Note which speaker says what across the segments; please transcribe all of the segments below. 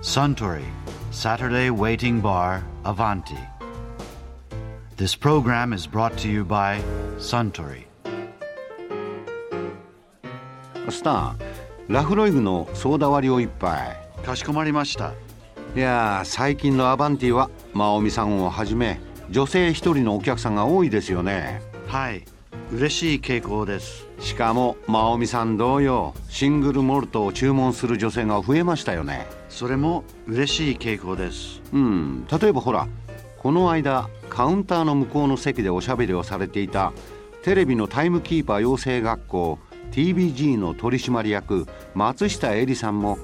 Speaker 1: Suntory Saturday Waiting Bar Avanti. This program is brought to you by Suntory.
Speaker 2: スタンラフロイグのソーダ割りを一杯
Speaker 1: かしこまりました。
Speaker 2: いやー最近のアバンティは真オミさんをはじめ女性一人のお客さんが多いですよね
Speaker 1: はい、嬉しい傾向です。
Speaker 2: しかも真オミさん同様シングルモルトを注文する女性が増えましたよね
Speaker 1: それも嬉しい傾向です。
Speaker 2: うん例えばほらこの間カウンターの向こうの席でおしゃべりをされていたテレビのタイムキーパー養成学校 TBG の取締役松下恵里さんも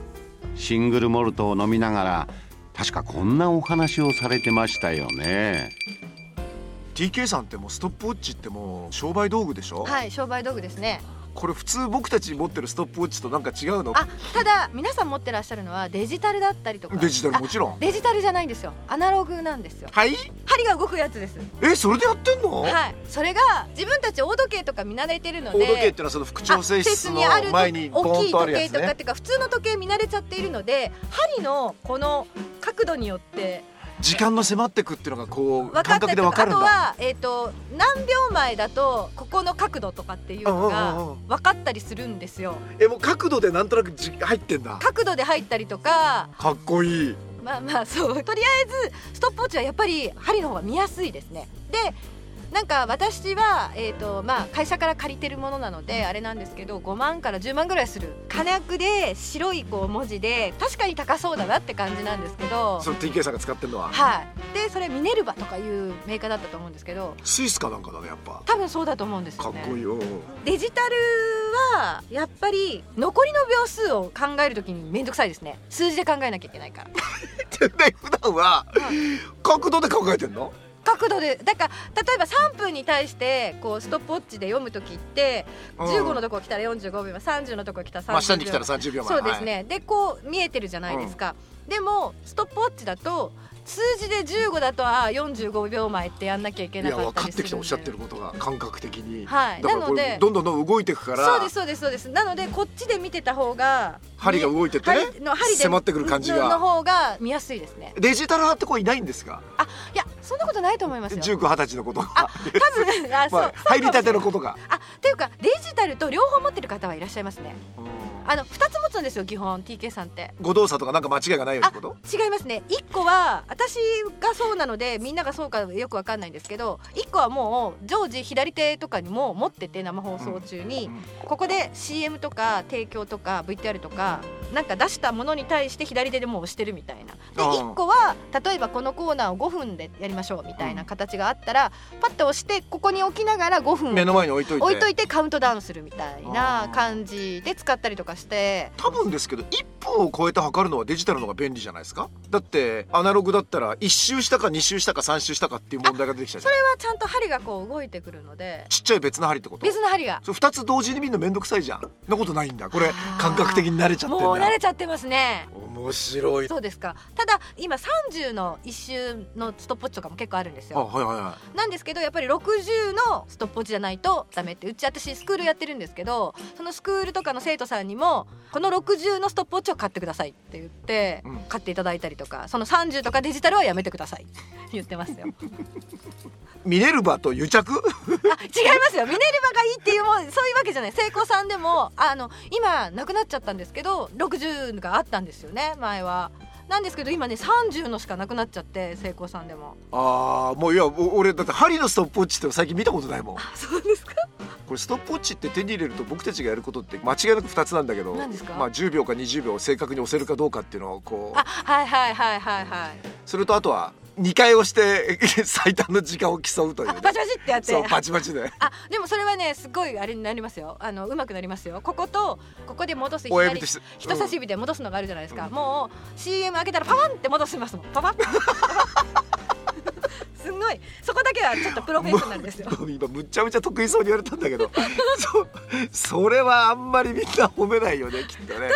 Speaker 2: シングルモルトを飲みながら確かこんなお話をされてましたよね
Speaker 3: TK さんってもうストップウォッチってもう商売道具でしょ、
Speaker 4: はい、商売道具ですね。
Speaker 3: これ普通僕たち持ってるストップウォッチとなんか違うの
Speaker 4: あ、ただ皆さん持ってらっしゃるのはデジタルだったりとか。
Speaker 3: デジタルも
Speaker 4: あ
Speaker 3: ちろん
Speaker 4: デジタルじゃないんですよ。アナログなんですよ。
Speaker 3: はい
Speaker 4: 針が動くやつです。
Speaker 3: えそれでやってんの、
Speaker 4: はい。それが自分たち大時計とか見慣れてるの
Speaker 3: 大
Speaker 4: で。
Speaker 3: 時計っていうのはその副調整室の
Speaker 4: あ施設
Speaker 3: 前に
Speaker 4: ある
Speaker 3: ボ
Speaker 4: 大
Speaker 3: ー
Speaker 4: き
Speaker 3: ン
Speaker 4: い
Speaker 3: とあ
Speaker 4: 時
Speaker 3: るや
Speaker 4: 計
Speaker 3: つ
Speaker 4: とかっ
Speaker 3: ね
Speaker 4: ていうか普通の時計見慣れちゃっているので、針のこの角度によって
Speaker 3: 時間の迫ってくっていうのがこう
Speaker 4: 分か
Speaker 3: 感
Speaker 4: った
Speaker 3: 覚
Speaker 4: り
Speaker 3: で
Speaker 4: と
Speaker 3: わ
Speaker 4: か
Speaker 3: か
Speaker 4: あ
Speaker 3: る
Speaker 4: と
Speaker 3: んだ
Speaker 4: はえっ、と何秒前だとここの角度とかっていうの
Speaker 3: うんうん
Speaker 4: が
Speaker 3: うんうん
Speaker 4: 分かったりするんですよ。
Speaker 3: えもう角度でなんとなくじ入ってんだ
Speaker 4: 角度で入ったりとか。
Speaker 3: かっこいい
Speaker 4: まあまあそうとりあえずストップウォッチはやっぱり針の方が見やすいですねでなんか私は、えーとまあ、会社から借りてるものなのであれなんですけど5万から10万ぐらいする金具で白いこう文字で確かに高そうだなって感じなんですけど
Speaker 3: その TK さんが使ってるのは
Speaker 4: はいでそれミネルヴァとかいうメーカーだったと思うんですけど
Speaker 3: スイスかなんかだねやっぱ
Speaker 4: 多分そうだと思うんです
Speaker 3: か
Speaker 4: よ
Speaker 3: っ
Speaker 4: ね
Speaker 3: こいいよ
Speaker 4: デジタルはやっぱり残りの秒数を考えるときに面倒くさいですね数字で考えなきゃいけないから
Speaker 3: で普段は角度で考えてんの
Speaker 4: 角度でだから例えば3分に対してこうストップウォッチで読む時って15のとこ来たら45秒30のとこ来たら30秒、
Speaker 3: まあ下に来たら30秒前
Speaker 4: そうですね、でこう見えてるじゃないですか、でもストップウォッチだと数字で15だとああ45秒前ってやんなきゃいけ
Speaker 3: い
Speaker 4: な
Speaker 3: や
Speaker 4: か
Speaker 3: 分
Speaker 4: った
Speaker 3: かっ
Speaker 4: りす
Speaker 3: て
Speaker 4: る
Speaker 3: きてお
Speaker 4: んで
Speaker 3: っしゃってることが感覚的に、
Speaker 4: はい
Speaker 3: だから
Speaker 4: な
Speaker 3: こ
Speaker 4: の
Speaker 3: う
Speaker 4: で
Speaker 3: どんどんどん動いていくから
Speaker 4: そうですそうですそうですなのでこっちで見てた方が
Speaker 3: 針が動いててね
Speaker 4: 針の針で
Speaker 3: 迫ってくる感じが
Speaker 4: の方が見やすいですね
Speaker 3: デジタル派って子いないんですか
Speaker 4: あいやそんなことないと思いますよ
Speaker 3: 19、20歳のこと が、
Speaker 4: あ多分あ、そ
Speaker 3: まあ、
Speaker 4: うそうかもしれ
Speaker 3: 入り
Speaker 4: ない
Speaker 3: たてのことが、
Speaker 4: あっていうかデジタルと両方持ってる方はいらっしゃいますねあの2つ持つんですよ基本 TK さんって
Speaker 3: 誤動作とかなんか間違いがないよう
Speaker 4: あ
Speaker 3: なこと
Speaker 4: 違いますね1個は私がそうなのでみんながそうかよくわかんないんですけど1個はもう常時左手とかにも持ってて生放送中に、
Speaker 3: うんうん
Speaker 4: ここで CM とか提供とか VTR とかなんか出したものに対して左手でもう押してるみたいなで
Speaker 3: ああ
Speaker 4: 1個は例えばこのコーナーを5分でやりましょうみたいな形があったら、パッと押してここに置きながら5分
Speaker 3: 目の前に置いといて
Speaker 4: 置いといてカウントダウンするみたいな感じで使ったりとかして
Speaker 3: 多分ですけど1分を超えて測るのはデジタルの方が便利じゃないですかだってアナログだったら1周したか2周したか3周したかっていう問題が出てきちゃうじ
Speaker 4: そ
Speaker 3: ゃん
Speaker 4: れはちゃんと針がこう動いてくるので
Speaker 3: ちっちゃい別の針ってこと
Speaker 4: 別の針が
Speaker 3: それ2つ同時に見るのめんどくさいじゃんそんなことないんだこれ
Speaker 4: ー
Speaker 3: 感覚的に慣れちゃってんだ
Speaker 4: もう慣れちゃってますね
Speaker 3: 面白い
Speaker 4: そうですかただ今30の一周のストップウォッチとかも結構あるんです
Speaker 3: あ
Speaker 4: よ
Speaker 3: はいはいは
Speaker 4: なんですけどやっぱり60のストップウォッチじゃないとダメってうち私スクールやってるんですけどそのスクールとかの生徒さんにもこの60のストップウォッチを買ってくださいって言って
Speaker 3: うん
Speaker 4: 買っていただいたりとかその30とかデジタルはやめてくださいって言ってますよ
Speaker 3: いミネルヴァと癒着
Speaker 4: あ違いますよミネルヴァがいいっていうもうそういうわけじゃない聖子さんでもあの今なくなっちゃったんですけど60があったんですよね前はなんですけど今ね30のしかなくなっちゃって聖子さんでも
Speaker 3: ああもういやお俺だって針のストップウォッチって最近見たことないもん
Speaker 4: そうですか
Speaker 3: これストップウォッチって手に入れると僕たちがやることって間違いなく2つなんだけど
Speaker 4: 何ですか
Speaker 3: まあ、10秒か20秒を正確に押せるかどうかっていうのをこ
Speaker 4: あはいはいはいはいはいう
Speaker 3: それとあとは2回押して 最短の時間を競うという、
Speaker 4: あ
Speaker 3: ね、
Speaker 4: バチバチってやって
Speaker 3: そうバチバチで
Speaker 4: あでもそれはねすごいあれになりますよあのうまくなりますよこことここで戻す
Speaker 3: 親指
Speaker 4: 左
Speaker 3: とし
Speaker 4: 人差し指で戻すのがあるじゃないですか、もう CM 開けたらパパンって戻しますもんパパン すんごいそこだけはちょっとプロフェッショナルです よ
Speaker 3: うん今むっちゃむちゃ得意そうに言われたんだけど そそれはあんまりみんな褒めないよねきっ とね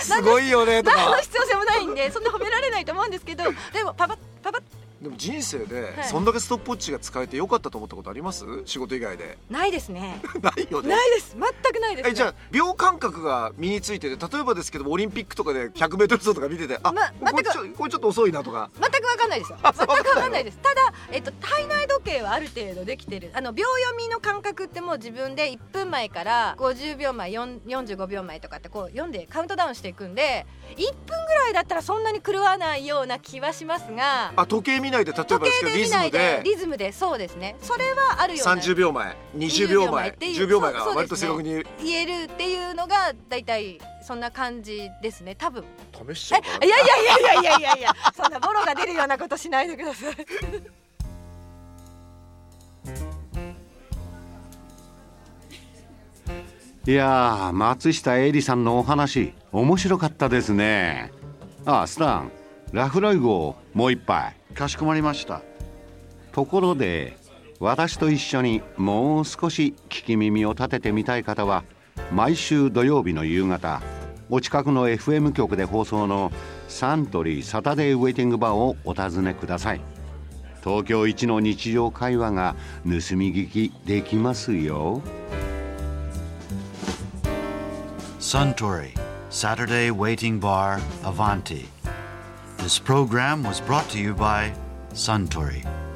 Speaker 3: すごいよねと
Speaker 4: 何の
Speaker 3: か
Speaker 4: 必要性もないんでそんな褒められないと思うんですけどでもパパパパ
Speaker 3: でも人生で
Speaker 4: はい
Speaker 3: そんだけストップウォッチが使えてよかったと思ったことあります仕事以外で
Speaker 4: ないですね
Speaker 3: ないよね
Speaker 4: ないです全くないです、ね、
Speaker 3: えじゃあ秒感覚が身についてて例えばですけどもオリンピックとかで 100m 走とか見ててあ、
Speaker 4: ま
Speaker 3: これちょこれちょっと遅いなとか
Speaker 4: 全く分かんないですよ
Speaker 3: あ
Speaker 4: 全
Speaker 3: そう
Speaker 4: く
Speaker 3: なんだ
Speaker 4: 分かんないですただ、えっと、体内時計はある程度できてるあの秒読みの感覚ってもう自分で1分前から50秒前4 45秒前とかってこう読んでカウントダウンしていくんで1分ぐらいだったらそんなに狂わないような気はしますが
Speaker 3: あ時計見ないで例えば
Speaker 4: 時
Speaker 3: ですけ
Speaker 4: 計
Speaker 3: ど
Speaker 4: で
Speaker 3: リ
Speaker 4: 見
Speaker 3: ズ
Speaker 4: な
Speaker 3: ム
Speaker 4: いで
Speaker 3: で
Speaker 4: リズムでそうですねそれはあるような
Speaker 3: 30秒前20
Speaker 4: 20
Speaker 3: 秒
Speaker 4: 秒
Speaker 3: 前
Speaker 4: 前っていう
Speaker 3: 10秒前が
Speaker 4: そうそう
Speaker 3: 割
Speaker 4: で
Speaker 3: と
Speaker 4: す
Speaker 3: 正
Speaker 4: ね
Speaker 3: 確に
Speaker 4: 言えるっていうのが大体そんな感じです ね多分
Speaker 3: 試しち
Speaker 4: え
Speaker 3: ゃうかない
Speaker 4: やいやいやいやいやいやいやそんなボロが出るようなことしないでください
Speaker 2: いやー松下恵里さんのお話面白かったですねあスタンラフロイゴをもう一杯
Speaker 1: かしこまりました
Speaker 2: ところで私と一緒にもう少し聞き耳を立ててみたい方は毎週土曜日の夕方お近くの FM 局で放送のサントリーサタデーウェイティングバーをお尋ねください東京一の日常会話が盗み聞きできますよ
Speaker 1: Suntory Saturday Waiting Bar Avanti. This program was brought to you by Suntory.